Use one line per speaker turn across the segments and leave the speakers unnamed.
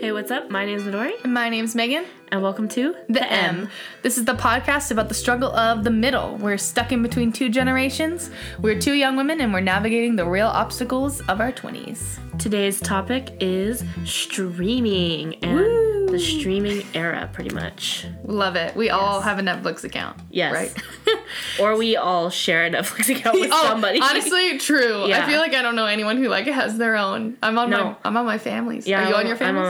Hey, what's up? My name's Midori,
My name's Megan,
and welcome to
the, M. This is the podcast about the struggle of the middle. We're stuck in between two generations. We're two young women and we're navigating the real obstacles of our 20s.
Today's topic is streaming and
Woo!
the streaming era, pretty much.
Love it. We all have a Netflix account.
Yes.
Right?
or we all share a Netflix account with
Oh,
somebody.
honestly, true.
Yeah.
I feel like I don't know anyone who like has their own. I'm on my
No.
I'm on my family's.
yeah,
Are you
I'm-
on your
I'm on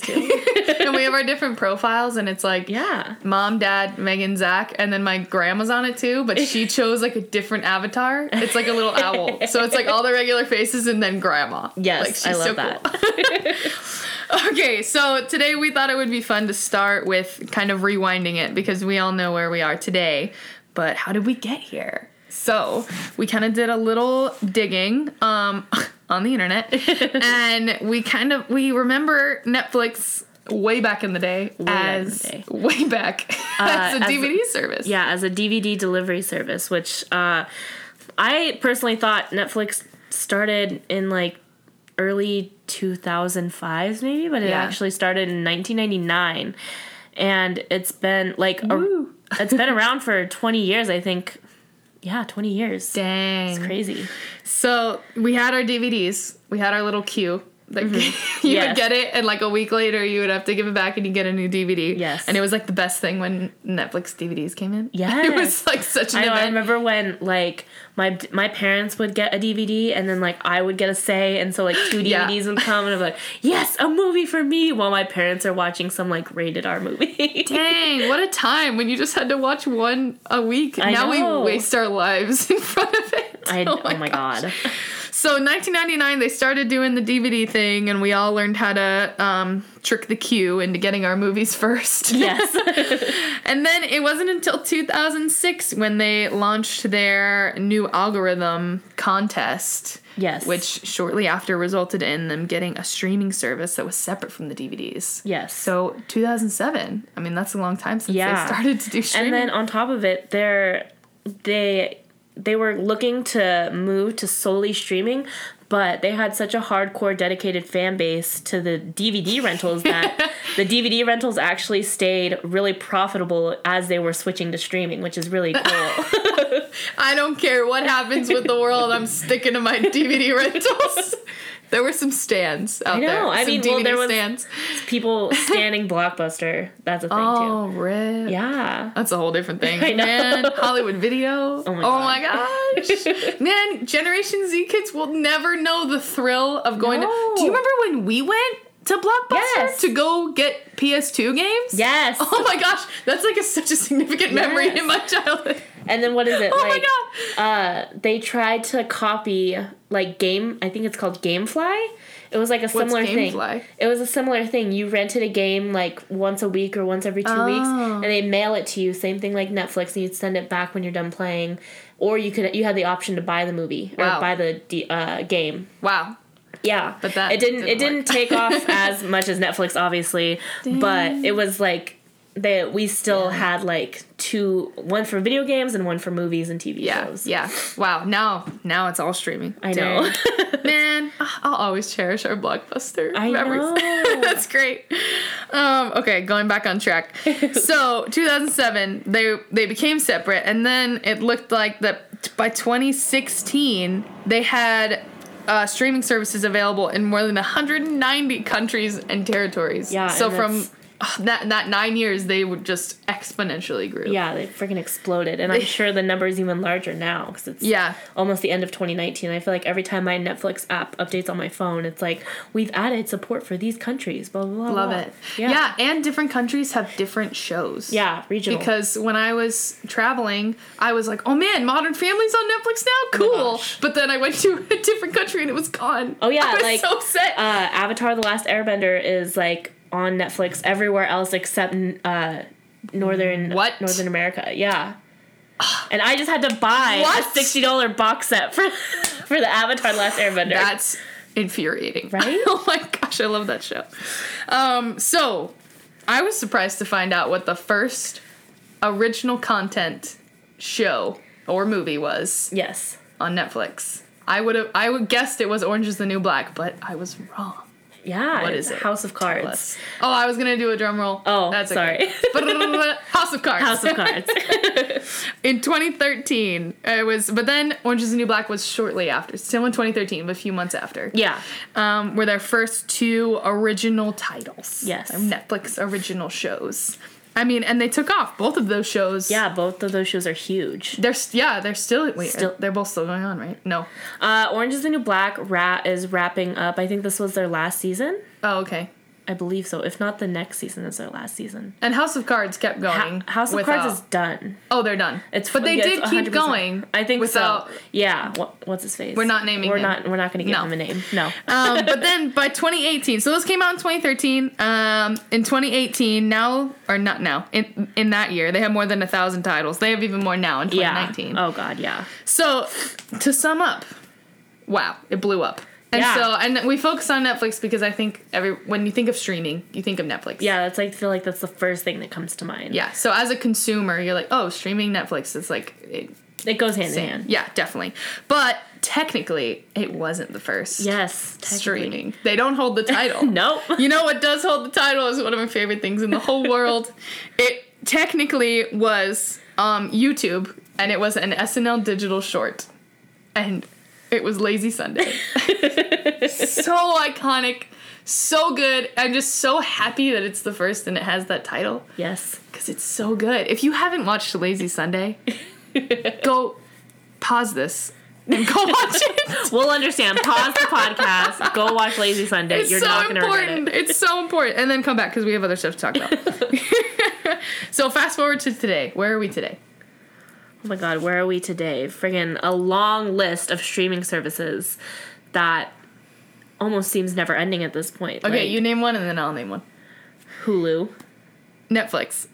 my family's too.
and we have our different profiles, and it's like
yeah.
mom, dad, Megan, Zach, and then my grandma's on it too, but she chose like a different avatar. It's like a little owl. So it's like all the regular faces and then grandma.
Yes,
like,
I love that.
cool. Okay, so today we thought it would be fun to start with kind of rewinding it because we all know where we are today, but how did we get here? So we kind of did a little digging um, on the internet, and we kind of we remember Netflix way back in the day
back in the
as
day. Uh,
way back as a
as a-
DVD service.
Yeah, as a DVD delivery service, which uh, I personally thought Netflix started in like early 2005s, maybe, but it
Yeah.
actually started in 1999, and it's been like a, it's been around for 20 years, I think. Yeah, 20 years.
Dang.
It's crazy.
So we had our DVDs. We had our little queue. Like you would
Mm-hmm. Yes.
get it, and like a week later, you would have to give it back, and you get a new DVD.
Yes.
and it was like the best thing when Netflix DVDs came in. it was
Yes.
like such an
I know. I
event.
remember when like my my parents would get a DVD, and then like I would get a say, and so like two DVDs
Yeah.
would come, and I'm like, yes, a movie for me, while my parents are watching some like rated R movie.
Dang, what a time when you just had to watch one a week.
I
now
know.
we waste our lives in front of it.
I, oh, my
gosh.
god.
So in 1999, they started doing the DVD thing, and we all learned how to um, trick the queue into getting our movies first.
Yes.
And then it wasn't until 2006 when they launched their new algorithm contest.
Yes.
Which shortly after resulted in them getting a streaming service that was separate from the DVDs.
Yes.
So 2007. I mean, that's a long time since
Yeah.
they started to do streaming.
and then on top of it, they're they they were looking to move to solely streaming, but they had such a hardcore dedicated fan base to the DVD rentals that the DVD rentals actually stayed really profitable as they were switching to streaming, which is really cool.
I don't care what happens with the world. I'm sticking to my DVD rentals. There were some stands out
know,
there.
I
some
mean,
DVD
well, there was-
stands.
People standing blockbuster, that's a thing
Oh, rip.
too. Yeah.
That's a whole different thing.
I know.
Man, Hollywood video. Oh
my
gosh. Man, Generation Z kids will never know the thrill of going to.
No.
Do you remember when we went to Blockbuster
Yes.
to go get PS2 games?
Yes.
Oh my gosh, that's like a, such a significant memory
Yes.
in my childhood.
And then what is it?
Oh
like,
my god.
uh, they tried to copy like game. I think it's called GameFly. It was like a similar thing.
GameFly?
It was a similar thing. You rented a game like once a week or once every two weeks,
Oh.
and they mail it to you. Same thing like Netflix, and you'd send it back when you're done playing, or you could you had the option to buy the movie
Wow.
or buy the d- uh, game.
Wow.
Yeah,
But that
it didn't, it
didn't
didn't
work.
take off as much as Netflix, obviously. But it was like that we still had like two one for video games and one for movies and TV
Yeah.
shows.
Yeah. Wow. Now now it's all streaming.
I
Dang.
know.
Man, I'll always cherish our blockbuster.
I know.
That's great. Um, okay, going back on track. So, 2007, they they became separate, and then it looked like that by 2016 they had uh, streaming services available in more than 190 countries and territories.
Yeah,
So
and
from
that's-
ugh, that that nine years, they would just exponentially grew.
Yeah, they freaking exploded, and I'm sure the number is even larger now because it's
Yeah.
almost the end of 2019. I feel like every time my Netflix app updates on my phone, it's like we've added support for these countries. Blah blah. blah
Love
blah."
it.
Yeah. yeah,
yeah, and different countries have different shows.
regional.
because when I was traveling, I was like, "Oh man, Modern Family's on Netflix now,
Oh my
cool!"
gosh.
but then I went to a different country and it was gone.
Oh, yeah,
I was
like,
so upset.
uh, Avatar: The Last Airbender is like on Netflix everywhere else except uh, northern
What?
Northern America. Yeah. And I just had to buy
What?
a sixty dollar box set for for the Avatar: The Last Airbender.
That's infuriating,
Right?
oh my gosh, I love that show. Um, so I was surprised to find out what the first original content show or movie was
yes.
on Netflix. I would have, I would guessed it was Orange Is the New Black, but I was wrong.
Yeah,
What
it's
is it?
House of
Tell
Cards.
us. Oh, I was gonna do a drum roll.
Oh, sorry.
okay. House of Cards.
House of Cards.
in 2013, it was. But then Orange Is the New Black was shortly after, still in 2013, but a few months after.
yeah.
um, were their first two original titles.
Yes.
Their Netflix original shows. I mean, and they took off both of those shows.
Yeah, both of those shows are huge.
They're s- yeah, they're still wait,
Still-
they're both still going on, right? No.
Uh, Orange is the New Black rat is wrapping up. I think this was their last season.
Oh, okay.
I believe so. If not, the next season is their last season.
And House of Cards kept going.
Ha- House of
without-
Cards is done.
Oh, they're done.
It's
but they
yeah,
did
it's
keep
100%.
going.
I think
without,
so. Yeah. What, what's his face?
We're not naming
We're
him.
not. We're not going to give
No.
him a name. No.
um, but then by 2018, so those came out in 2013. Um, in 2018, now or not now, in in that year, they have more than a thousand titles. They have even more now in
yeah.
2019.
Oh God. Yeah.
So, to sum up, wow, it blew up. And
Yeah.
so, and we focus on Netflix because I think every when you think of streaming, you think of Netflix.
Yeah. That's like I feel like that's the first thing that comes to mind.
Yeah. So as a consumer, you're like, oh, streaming Netflix. It's like, it,
It goes hand in hand.
yeah, definitely. But technically, it wasn't the first.
Yes. technically.
Streaming. They don't hold the title.
Nope.
You know what does hold the title is one of my favorite things in the whole world. It technically was um, YouTube, and it was an SNL digital short, and it was Lazy Sunday. so iconic, so good. I'm just so happy that it's the first and it has that title
Yes.
because it's so good. If you haven't watched Lazy Sunday, go pause this and go watch it.
We'll understand. Pause the podcast. Go watch Lazy Sunday.
It's
You're
so
not going to regret
important.
it.
It's so important. And then come back because we have other stuff to talk about. so fast forward to today. Where are we today?
Oh my god, where are we today? Friggin' a long list of streaming services that almost seems never ending at this point.
Okay,
Like,
you name one and then I'll name one.
Hulu.
Netflix.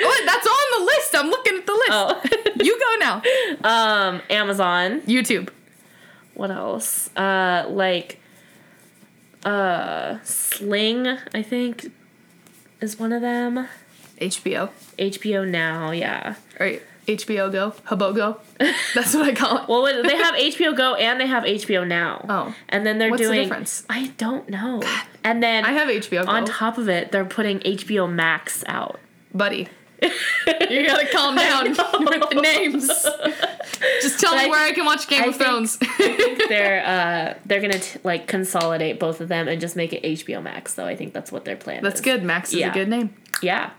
oh, that's on the list. I'm looking at the list.
Oh.
You go now.
um, Amazon.
YouTube.
What else? Uh, like uh Sling, I think is one of them.
HBO.
HBO Now, yeah.
All right. HBO Go. Hubogo. That's what I call it.
Well, wait, they have HBO Go and they have HBO Now.
Oh.
And then they're
What's the
doing
difference?
I don't know. And then
I have HBO Go.
on top of it, they're putting HBO Max out.
Buddy. You gotta calm down with the names. Just tell
But
me
I
where I can watch Game
I
of
think-
Thrones.
they're uh they're gonna t- like consolidate both of them and just make it HBO Max. Though I think that's what their plan.
That's
is.
good. Max is
Yeah.
a good name.
Yeah,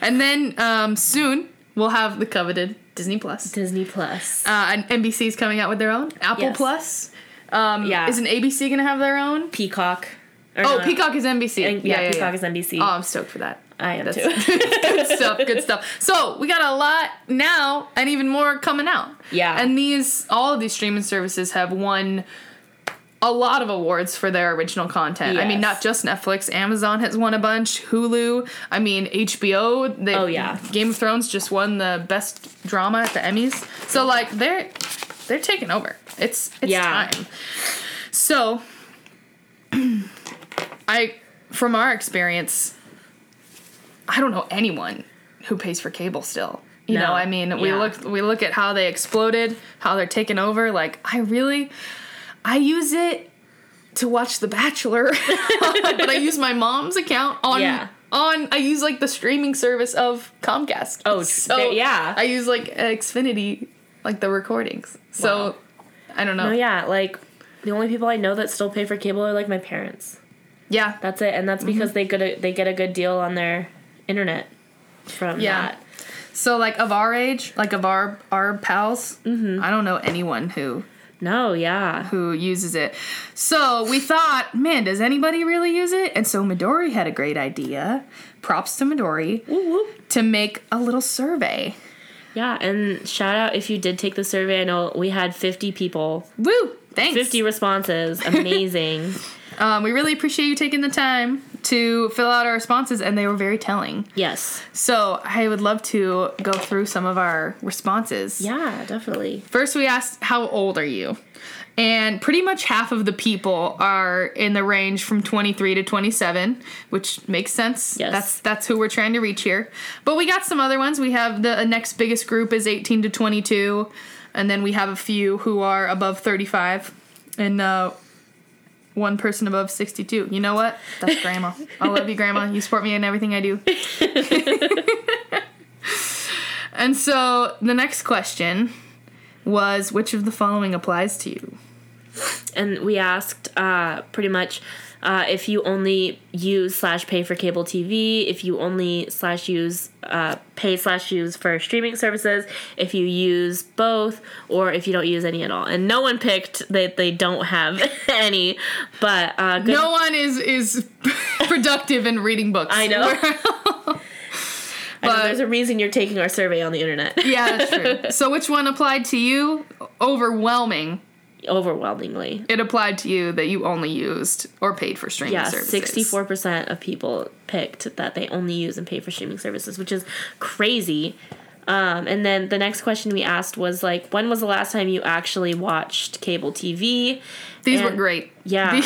And then um, soon we'll have the coveted Disney Plus.
Disney Plus.
Uh, and NBC's coming out with their own Apple
Yes.
Plus. Um,
Yeah.
Isn't ABC gonna have their own?
Peacock. Or
Oh,
no,
Peacock is NBC.
And- yeah, Peacock is NBC.
Oh, I'm stoked for that.
I am
That's-
too.
good stuff. Good stuff. So we got a lot now, and even more coming out.
Yeah.
And these, all of these streaming services have won a lot of awards for their original content. I
Yes.
mean, not just Netflix. Amazon has won a bunch. Hulu. I mean, HBO. They,
Oh, yeah.
Game of Thrones just won the best drama at the Emmys. So like they're they're taking over. It's it's
Yeah.
time. So I from our experience, I don't know anyone who pays for cable still. You
No.
know, I mean, we
Yeah.
look we look at how they exploded, how they're taking over. Like, I really, I use it to watch The Bachelor, but I use my mom's account on
Yeah.
on. I use like the streaming service of Comcast.
Oh, there- yeah.
I use like Xfinity, like the recordings. So,
Wow.
I don't know.
oh yeah, like the only people I know that still pay for cable are like my parents.
yeah,
That's it, and that's
Mm-hmm.
because they get a, they get a good deal on their internet from
Yeah.
that.
So like of our age, like of our our pals, I don't know anyone who
No, yeah,
who uses it. So we thought, man, does anybody really use it? And so Midori had a great idea. Props to Midori to make a little survey.
yeah. And shout out if you did take the survey. I know we had fifty people,
Woo! Thanks.
fifty responses. Amazing.
Um, we really appreciate you taking the time to fill out our responses, and they were very telling.
yes.
So I would love to go through some of our responses.
Yeah, definitely.
First, we asked, How old are you? And pretty much half of the people are in the range from 23 to 27, which makes sense.
Yes.
That's that's who we're trying to reach here. But we got some other ones. We have the uh, next biggest group is 18 to 22, and then we have a few who are above 35. And uh, one person above 62. You know what? That's grandma. I love you, grandma. You support me in everything I do. and so the next question was which of the following applies to you?
and we asked uh, pretty much uh, if you only use slash pay for cable TV, if you only slash use uh, pay slash use for streaming services, if you use both, or if you don't use any at all. And no one picked that they don't have any, but uh, good
No one is is productive in reading books.
I know. I know
but-
there's a reason you're taking our survey on the internet.
yeah, that's true. So which one applied to you? Overwhelming.
Overwhelmingly.
It applied to you that you only used or paid for streaming
Yeah,
services.
sixty-four percent of people picked that they only use and pay for streaming services, which is crazy. Um, and then the next question we asked was like, when was the last time you actually watched cable TV?
These were
and-
great.
Yeah,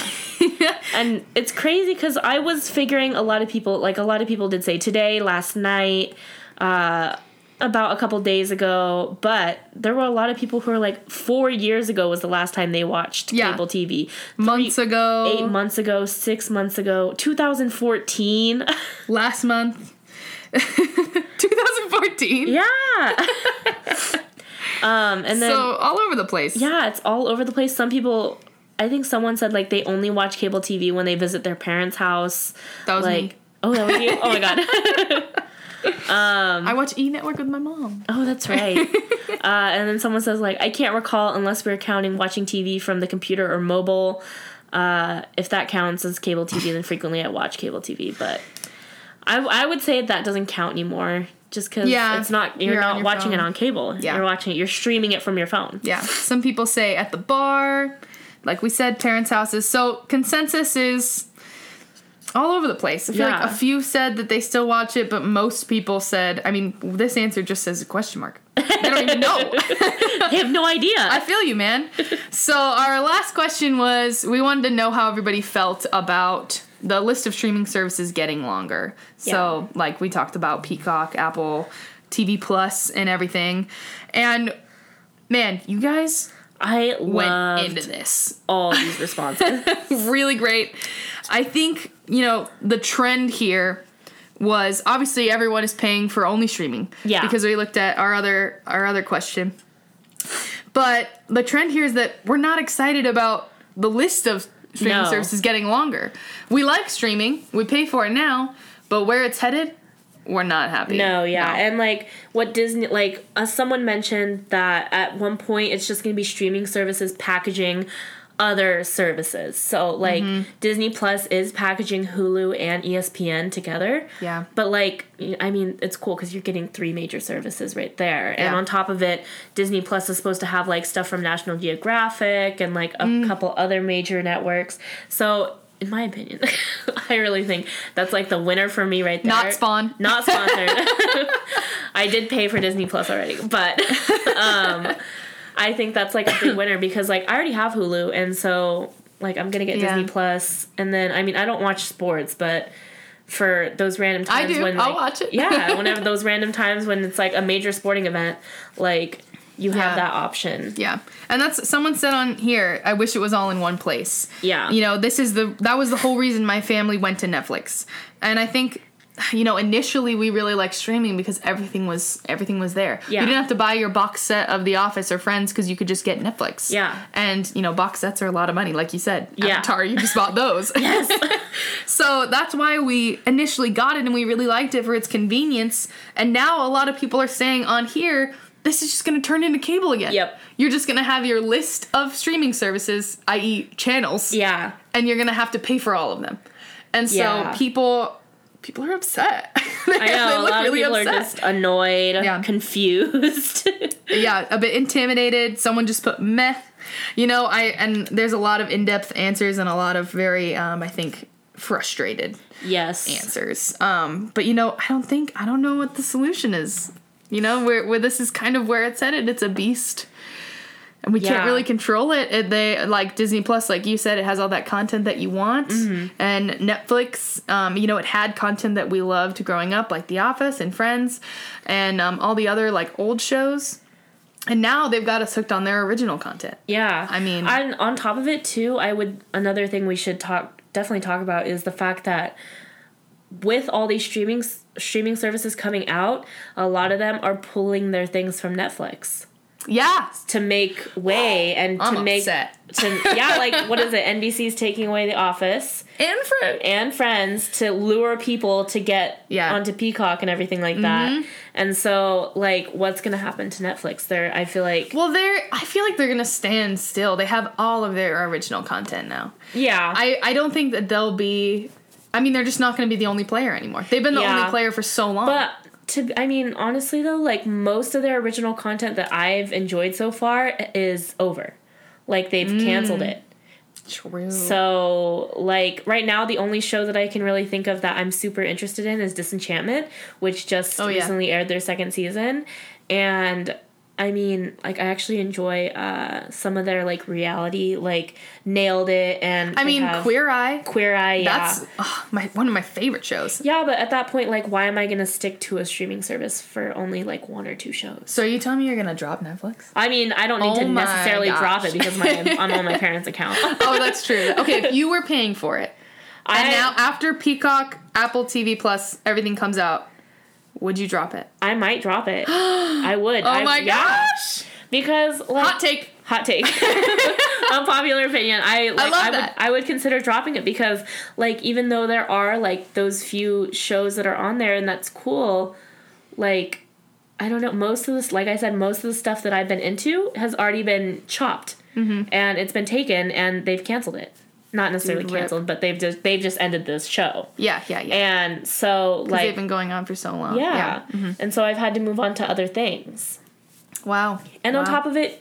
and it's crazy because I was figuring a lot of people, like a lot of people did say today, last night, uh, about a couple days ago, but there were a lot of people who were like, four years ago was the last time they watched
Yeah. Oh.
cable TV.
Months ago.
Eight months ago, six months ago, 2014.
last month 2014
yeah. um, and then
so all over the place
yeah, it's all over the place. Some people, I think someone said like they only watch cable TV when they visit their parents' house.
that was
like,
me
oh, that was you. Oh my god. um,
i watch e network with my mom
Oh, that's right. uh, and then someone says like, I can't recall unless we're counting watching TV from the computer or mobile. Uh, if that counts as cable TV, then frequently I watch cable TV. But I, I would say that doesn't count anymore, just because
Yeah,
it's not you're,
you're on
not
your
watching it
phone.
on cable.
Yeah.
You're watching it. You're streaming it from your phone.
yeah some people say at the bar like we said parents houses so consensus is all over the place i feel
Yeah.
like a few said that they still watch it but most people said i mean this answer just says a question mark they don't even know
I have no idea.
I feel you, man. So our last question was we wanted to know how everybody felt about the list of streaming services getting longer. So like we talked about Peacock, Apple, TV Plus, and everything. And man, you guys
I
went
loved
into this
all these responses.
really great. I think, you know, the trend here was obviously everyone is paying for only streaming.
Yeah.
Because we looked at our other our other question. But the trend here is that we're not excited about the list of streaming
No.
services getting longer. We like streaming, we pay for it now, but where it's headed, we're not happy.
No, yeah.
No.
And like what Disney like uh, someone mentioned that at one point it's just going to be streaming services packaging other services. So like
Mm-hmm.
Disney Plus is packaging Hulu and E ESPN together.
Yeah.
But like I mean it's cool cuz you're getting three major services right there. And
Yeah.
on top of it Disney Plus is supposed to have like stuff from National Geographic and like a
Mm.
couple other major networks. So in my opinion, I really think that's like the winner for me right there.
Not Spawn.
Not sponsored. I did pay for Disney Plus already, but um, I think that's like a big winner because like I already have Hulu, and so like I'm gonna get
Yeah.
Disney Plus, and then I mean I don't watch sports, but for those random
I
times
do.
when
I'll
like,
watch it.
yeah, whenever those random times when it's like a major sporting event, like you
Yeah.
have that option.
Yeah. And that's someone said on here, I wish it was all in one place.
Yeah.
You know, this is the that was the whole reason my family went to Netflix. And I think you know, initially we really liked streaming because everything was everything was there.
Yeah.
You didn't have to buy your box set of The Office or Friends because you could just get Netflix.
Yeah.
And you know, box sets are a lot of money, like you said.
Yeah.
Avatar, you just bought those.
Yes.
So that's why we initially got it and we really liked it for its convenience. And now a lot of people are saying on here, this is just going to turn into cable again.
Yep.
You're just going to have your list of streaming services, i.e., channels,
yeah.
and you're going to have to pay for all of them. And so
Yeah.
people people are upset.
I know a lot of people are just annoyed,
Yeah.
confused.
yeah, a bit intimidated. Someone just put meh. You know, I and there's a lot of in-depth answers and a lot of very um I think frustrated
yes.
answers. Um, but you know, I don't think I don't know what the solution is. You know, where where this is kind of where it's headed. It's a beast, and we can't
Yeah.
really control it. It- They like Disney Plus, like you said, it has all that content that you want,
Mm-hmm.
and Netflix. Um, you know, it had content that we loved growing up, like The Office and Friends, and um, all the other like old shows. And now they've got us hooked on their original content.
Yeah.
I mean-
on on top of it too, I would another thing we should talk definitely talk about is the fact that with all these streaming s- streaming services coming out, a lot of them are pulling their things from Netflix
Yeah.
to make way and
I'm
to make
upset.
to yeah, like what is it? NBC's taking away The Office
And for
and Friends to lure people to get
Yeah. Mm-hmm.
onto Peacock and everything like that. And so, like, what's gonna happen to Netflix? There, I feel like
Well, they're. I feel like they're gonna stand still. They have all of their original content now.
yeah,
I I don't think that they'll be. I mean, they're just not gonna be the only player anymore. They've been the
Yeah.
only player for so long.
But to, I mean, honestly though, like most of their original content that I've enjoyed so far is over. Like they've canceled
Mm.
it.
True.
So, like right now, the only show that I can really think of that I'm super interested in is Disenchantment, which just
Oh, yeah.
recently aired their second season, and. I mean, like I actually enjoy uh, some of their like reality, like Nailed It, and
I
they
mean,
have
Queer Eye.
Queer Eye. Yeah,
That's ugh, my one of my favorite shows.
yeah, but at that point, like, why am I gonna stick to a streaming service for only like one or two shows?
So are you telling me you're gonna drop Netflix?
I mean, I don't need
Oh
to
my
necessarily
gosh.
drop it because my, I'm on my parents' account.
oh, that's true. Okay, if you were paying for it,
I
and now after Peacock, Apple TV Plus, everything comes out, would you drop it?
I might drop it. I would.
Oh my
yeah.
gosh!
Because like
Hot take.
hot take unpopular opinion i like,
love
would,
that.
i would consider dropping it because like even though there are like those few shows that are on there and that's cool like i don't know most of this like i said most of the stuff that i've been into has already been chopped
Mm-hmm.
and it's been taken and they've canceled it not necessarily
Rip.
canceled but they've just they've just ended this show
Yeah, yeah, yeah.
and so
they've
like
been Mm-hmm. going on for so long.
yeah, and so i've had to move on to other things
Wow.
and on
Wow.
top of it,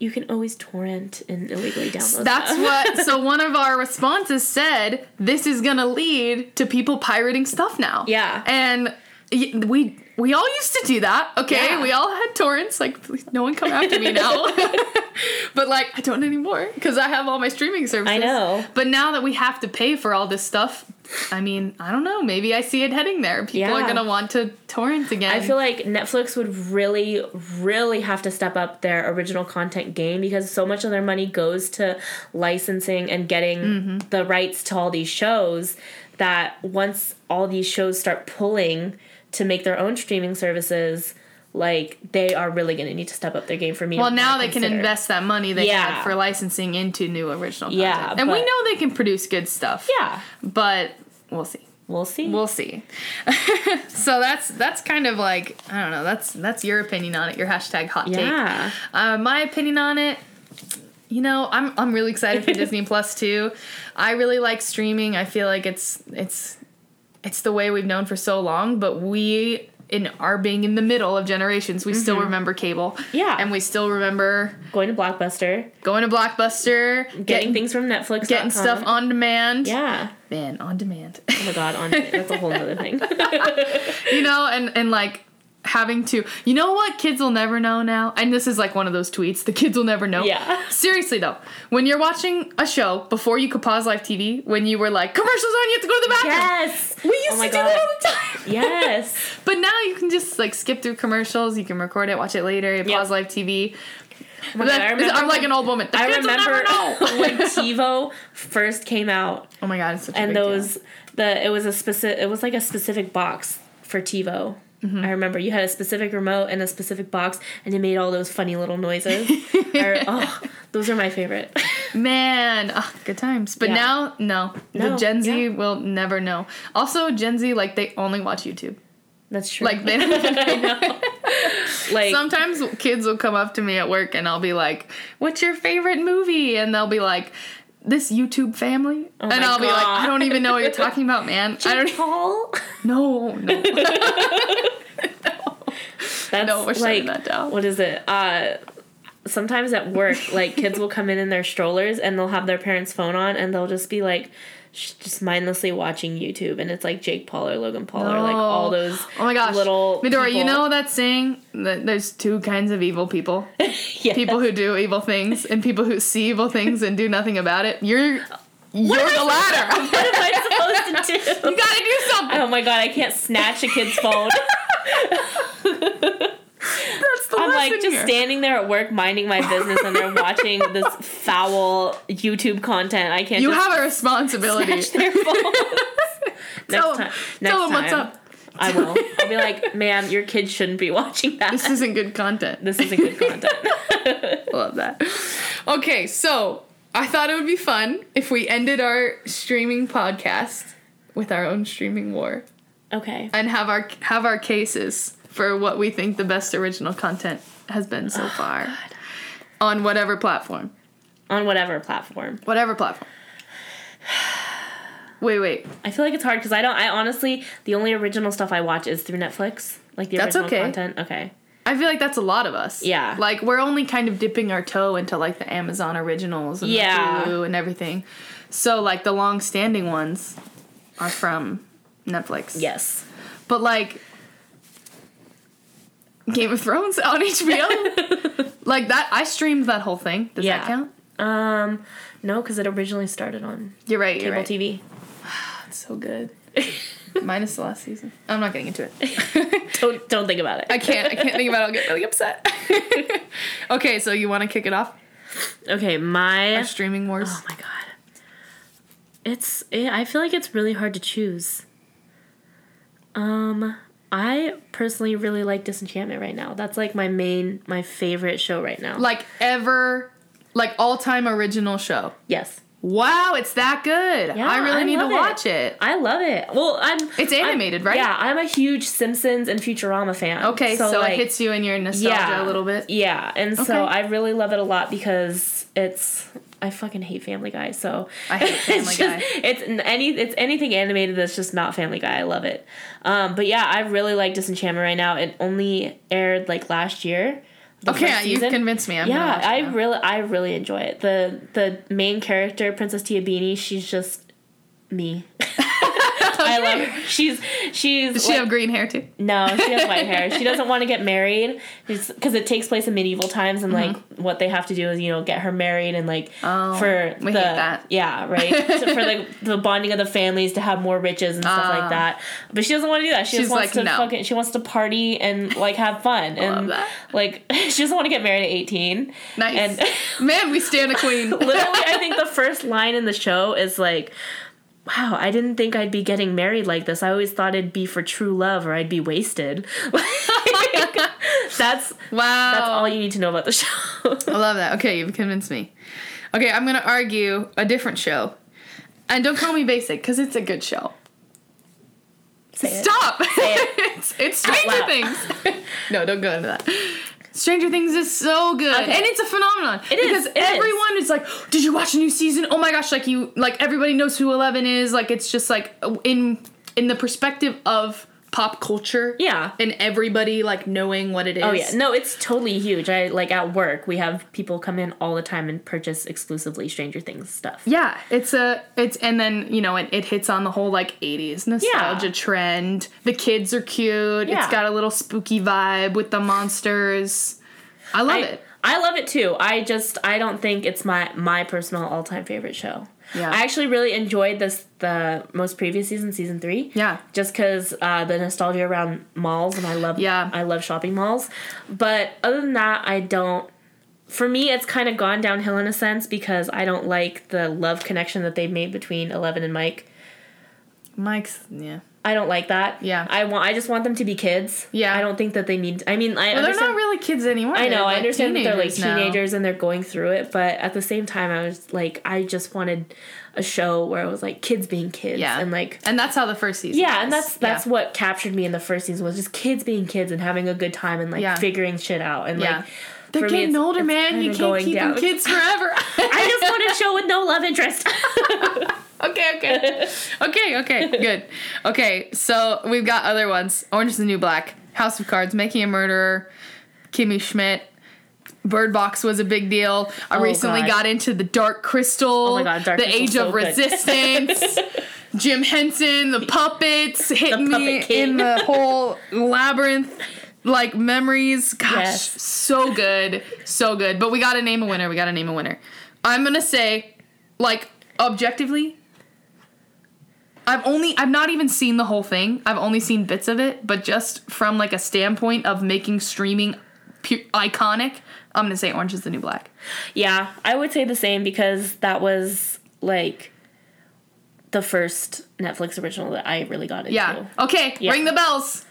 you can always torrent and illegally download.
That's
stuff.
what. So one of our responses said, "This is gonna lead to people pirating stuff now."
Yeah.
and y- we we all used to do that. Okay,
Yeah.
we all had torrents. Like, please, no one come after me now. but like, I don't anymore because I have all my streaming services.
I know.
But now that we have to pay for all this stuff, I mean, I don't know. Maybe I see it heading there. People are
Yeah.
gonna want to torrent again.
I feel like Netflix would really, really have to step up their original content game because so much of their money goes to licensing and getting
Mm-hmm.
the rights to all these shows that once all these shows start pulling to make their own streaming services, like they are really going to need to step up their game for me. to
Well, now they can
consider.
invest that money they
Yeah.
had for licensing into new original content.
Yeah,
and we
but-
know they can produce good stuff.
Yeah,
But we'll see.
we'll see.
We'll see. so that's that's kind of like I don't know. That's that's your opinion on it. Your hashtag hot take.
yeah,
Uh, my opinion on it. You know, I'm I'm really excited for Disney Plus too. I really like streaming. I feel like it's it's it's the way we've known for so long. But we in our being in the middle of generations, we still remember cable.
Mm-hmm. Yeah.
and we still remember
going to Blockbuster.
going to Blockbuster,
getting
getting getting,
things from Netflix.
stuff on demand.
Yeah.
man, on demand.
Oh my god, on that's a whole other thing.
you know, and and like having to. You know what kids will never know now, and this is like one of those tweets. The kids will never know.
Yeah.
Seriously though, when you're watching a show before you could pause live TV, when you were like commercials on, you have to go to the bathroom.
yes.
We used
Oh my
to do
God.
that all the time.
Yes.
But now you can just like skip through commercials. You can record it, watch it later. You
Yep. Oh
pause live TV.
my God, I
That-
remember
I'm like
when-
an old woman. The
I
kids will
remember
never know.
when TiVo first came out
oh my god, it's such a
and
big deal.
those the it was a specific it was like a specific box for TiVo.
Mm-hmm.
I remember you had a specific remote and a specific box and it made all those funny little noises. I- oh, those are my favorite.
Man, ah, good times. But
Yeah.
now, no. The
No,
Gen Z
yeah.
will never know. Also, Gen Z, like, they only watch YouTube.
That's true.
Like, they don't.
I know. like
Sometimes kids will come up to me at work and I'll be like, What's your favorite movie? And they'll be like, This YouTube family?
Oh my
and I'll be like,
God.
I don't even know what you're talking about, man. I don't even.
Paul.
No, no.
That's
No, we're shutting
like
that down.
what is it? Uh, sometimes at work, like kids will come in in their strollers and they'll have their parents' phone on and they'll just be like, sh- just mindlessly watching YouTube, and it's like Jake Paul or Logan Paul or like all
Oh.
those.
Oh my gosh.
little
Midora, you
people.
know that saying that there's two kinds of evil people.
Yeah.
people who do evil things and people who see evil things and do nothing about it. You're
am
you're
I
the latter.
What am I supposed to do?
you gotta do something.
Oh my god, I can't snatch a kid's phone.
That's the
I'm like
lesson
just
here.
standing there at work minding my business and they're watching this foul YouTube content. I can't
You
just
have a responsibility.
catch their phone. next
Tell
time.
them.
Next
Tell them what's
time,
up.
I will. I'll be like, ma'am, your kids shouldn't be watching that.
This isn't good content.
this isn't good content.
Love that. Okay, so I thought it would be fun if we ended our streaming podcast with our own streaming war
Okay.
and have our have our cases for what we think the best original content has been
Oh,
so far on whatever platform.
On whatever platform.
Whatever platform. Wait, wait.
I feel like it's hard because I don't. I honestly, the only original stuff I watch is through Netflix. Like the
That's
original
okay.
content. Okay.
I feel like that's a lot of us.
Yeah.
Like we're only kind of dipping our toe into like the Amazon originals and
Yeah.
the Hulu and everything. So like the long standing ones are from Netflix.
Yes.
But like Game of Thrones on HBO. like that I streamed that whole thing. Does
Yeah.
that count?
Um, no, because it originally started on
You're right. You're
cable TV.
right. It's so good. Minus the last season. I'm not getting into it.
Don't don't think about it.
I can't I can't think about it. I'll get really upset. okay, so you wanna kick it off?
okay, my
Our streaming wars.
Oh my god. It's yeah, I feel like it's really hard to choose. Um I personally really like Disenchantment right now. That's like my main my favorite show right now.
like ever like all-time original show.
yes.
Wow, it's that good.
Yeah,
I really
I
need to
love it.
watch it.
I love it. Well, I'm
It's
I'm-
animated, right?
Yeah, I'm a huge Simpsons and Futurama fan.
Okay, so,
like,
it hits you in your nostalgia a little bit.
Yeah, and
Okay.
so I really love it a lot because it's I fucking hate Family Guy, so
I hate Family
it's just,
Guy.
It's n- any it's anything animated that's just not Family Guy. I love it. Um, but yeah, I really like Disenchantment right now. It only aired like last year. the first
Okay, you've
season.
convinced me. I'm gonna
yeah,
watch it
I
now.
really I really enjoy it. The the main character, Princess Tiabini, she's just me. I love her. She's she's
Does she
like-
have green hair too?
no, she has white hair. She doesn't want to get married because it takes place in medieval times, and like what they have to do is you know get her married and like
Mm-hmm. Oh,
for
we
the
hate that.
yeah right So for like the bonding of the families to have more riches and stuff
Ah.
like that. But she doesn't want to do that. She
She's
just wants to
like, no.
fucking she wants to party and like have fun
love
and
that.
like she doesn't want to get married at eighteen.
Nice.
And
Man, we stand a queen.
literally, I think the first line in the show is like. Wow, I didn't think I'd be getting married like this. I always thought it'd be for true love or I'd be wasted. That's
wow.
that's all you need to know about the show.
I love that. Okay, you've convinced me. Okay, I'm gonna argue a different show. And don't call me basic, because it's a good show. Stop!
it.
it's, it's Stranger
loud.
Things. no, don't go into that. Stranger Things is so good,
Okay.
and it's a phenomenon.
It is,
because
it is.
everyone is. like, "Did you watch a new season? Oh my gosh!" Like you, like everybody knows who Eleven is. Like it's just like uh, in in the perspective of pop culture,
Yeah.
and everybody like knowing what it is.
Oh yeah, no, it's totally huge. I like at work we have people come in all the time and purchase exclusively Stranger Things stuff.
Yeah, it's a it's and then you know it, it hits on the whole like '80s nostalgia
Yeah.
trend. The kids are cute. It's
Yeah.
got a little spooky vibe with the monsters. I love
I,
it.
I love it too. I just I don't think it's my my personal all time favorite show.
Yeah.
I actually really enjoyed this the most previous season, season three.
Yeah.
Just because uh, the nostalgia around malls and I love
Yeah.
I love shopping malls. But other than that, I don't. For me, it's kind of gone downhill in a sense because I don't like the love connection that they've made between Eleven and Mike.
Mike's yeah.
I don't like that.
Yeah.
I want. I just want them to be kids.
Yeah.
I don't think that they need. I mean, I
Well, they're
understand.
not really kids anymore.
I
They're,
know. I
like,
understand that they're like
now.
teenagers and they're going through it, but at the same time, I was like, I just wanted a show where it was like kids being kids.
Yeah,
And like.
and that's how the first season.
Yeah,
was.
and that's that's
Yeah.
what captured me in the first season was just kids being kids and having a good time and like
Yeah.
figuring shit out and
Yeah.
like
they're
for me,
getting
it's-
older,
it's
man.
kinda
You can't
going
keep
down.
them kids forever.
I just want a show with no love interest.
okay, okay. Okay, okay, good. Okay, so we've got other ones Orange is the New Black, House of Cards, Making a Murderer, Kimmy Schmidt. Bird Box was a big deal. I
Oh,
recently
God. Oh
got into the Dark Crystal,
my God, Dark
the
Crystal's
Age
so
of
good.
Resistance, Jim Henson, the puppets hitting me
Puppet King.
in the whole labyrinth. Like memories, gosh,
Yes.
so good, so good. But we gotta name a winner. We gotta name a winner. I'm gonna say, like objectively, I've only I've not even seen the whole thing. I've only seen bits of it, but just from like a standpoint of making streaming pu- iconic, I'm gonna say Orange is the New Black.
Yeah, I would say the same because that was like the first Netflix original that I really got into.
Yeah. Okay.
Yeah.
Ring the bells.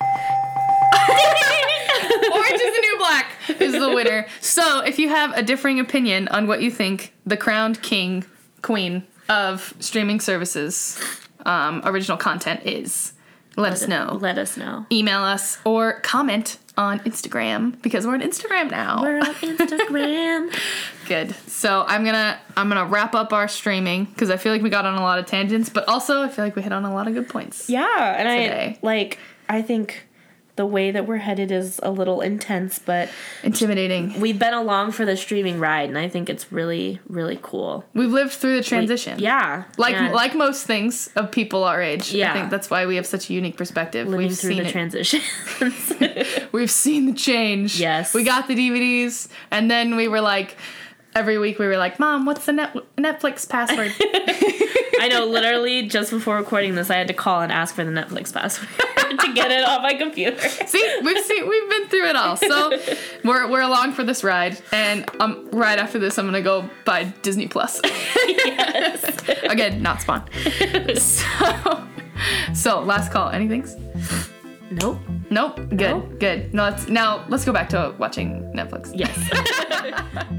Orange is the New Black is the winner. So, if you have a differing opinion on what you think the crowned king, queen of streaming services, um, original content is, let us know.
Let us know.
Email us or comment on Instagram because we're on Instagram now.
We're on Instagram.
Good. So I'm gonna I'm gonna wrap up our streaming because I feel like we got on a lot of tangents, but also I feel like we hit on a lot of good points.
yeah, and
Today.
I like I think the way that we're headed is a little intense, but
Intimidating.
we've been along for the streaming ride and I think it's really really cool.
We've lived through the transition.
Yeah.
Like
and
like most things of people our age. I
Yeah.
think that's why we have such a unique perspective.
living
We've
through
seen
the
it.
transition.
We've seen the change.
Yes.
We got the DVDs and then we were like every week we were like, "Mom, what's the net- Netflix password?"
I know literally just before recording this I had to call and ask for the Netflix password to get it off my computer.
See, we've seen, we've been through it all. So we're we're along for this ride, and um, right after this, I'm gonna go buy Disney Plus. Again, not Spawn. So, so last call. Any things?
Nope.
Nope. Good.
No.
Good. No, let's now let's go back to watching Netflix.
Yes.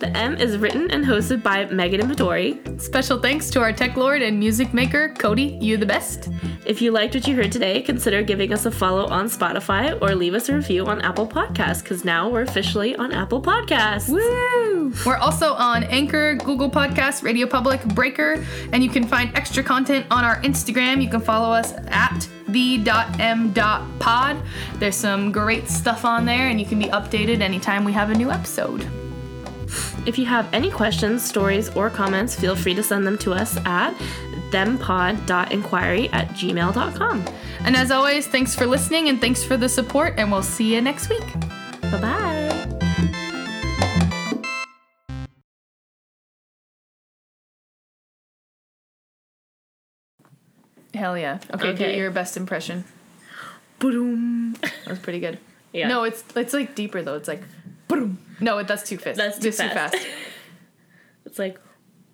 the M is written and hosted by Megan and Midori.
Special thanks to our tech lord and music maker Cody. You the best.
If you liked what you heard today, consider giving us a follow on Spotify or leave us a review on Apple Podcasts because now we're officially on Apple Podcasts.
Woo! We're also on Anchor, Google Podcasts, Radio Public, Breaker, and you can find extra content on our Instagram. You can follow us at the.m.pod. There's some great stuff on there, and you can be updated anytime we have a new episode.
If you have any questions, stories, or comments, feel free to send them to us at thempod.inquiry at gmail.com.
And as always, thanks for listening and thanks for the support, and we'll see you next week.
Bye bye.
Hell yeah. Okay, do
Okay.
your best impression.
Boom.
That was pretty good.
Yeah.
No, it's it's like deeper though. It's like boom. No, that's too fast.
That's too fast. It's like,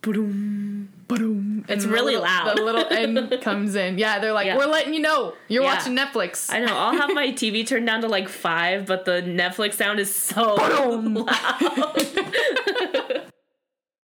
boom.
Boom.
It's really
little,
loud.
The little end comes in. Yeah, they're like,
Yeah.
we're letting you know you're
Yeah.
watching Netflix.
I know. I'll have my TV turned down to like five, but the Netflix sound is so loud.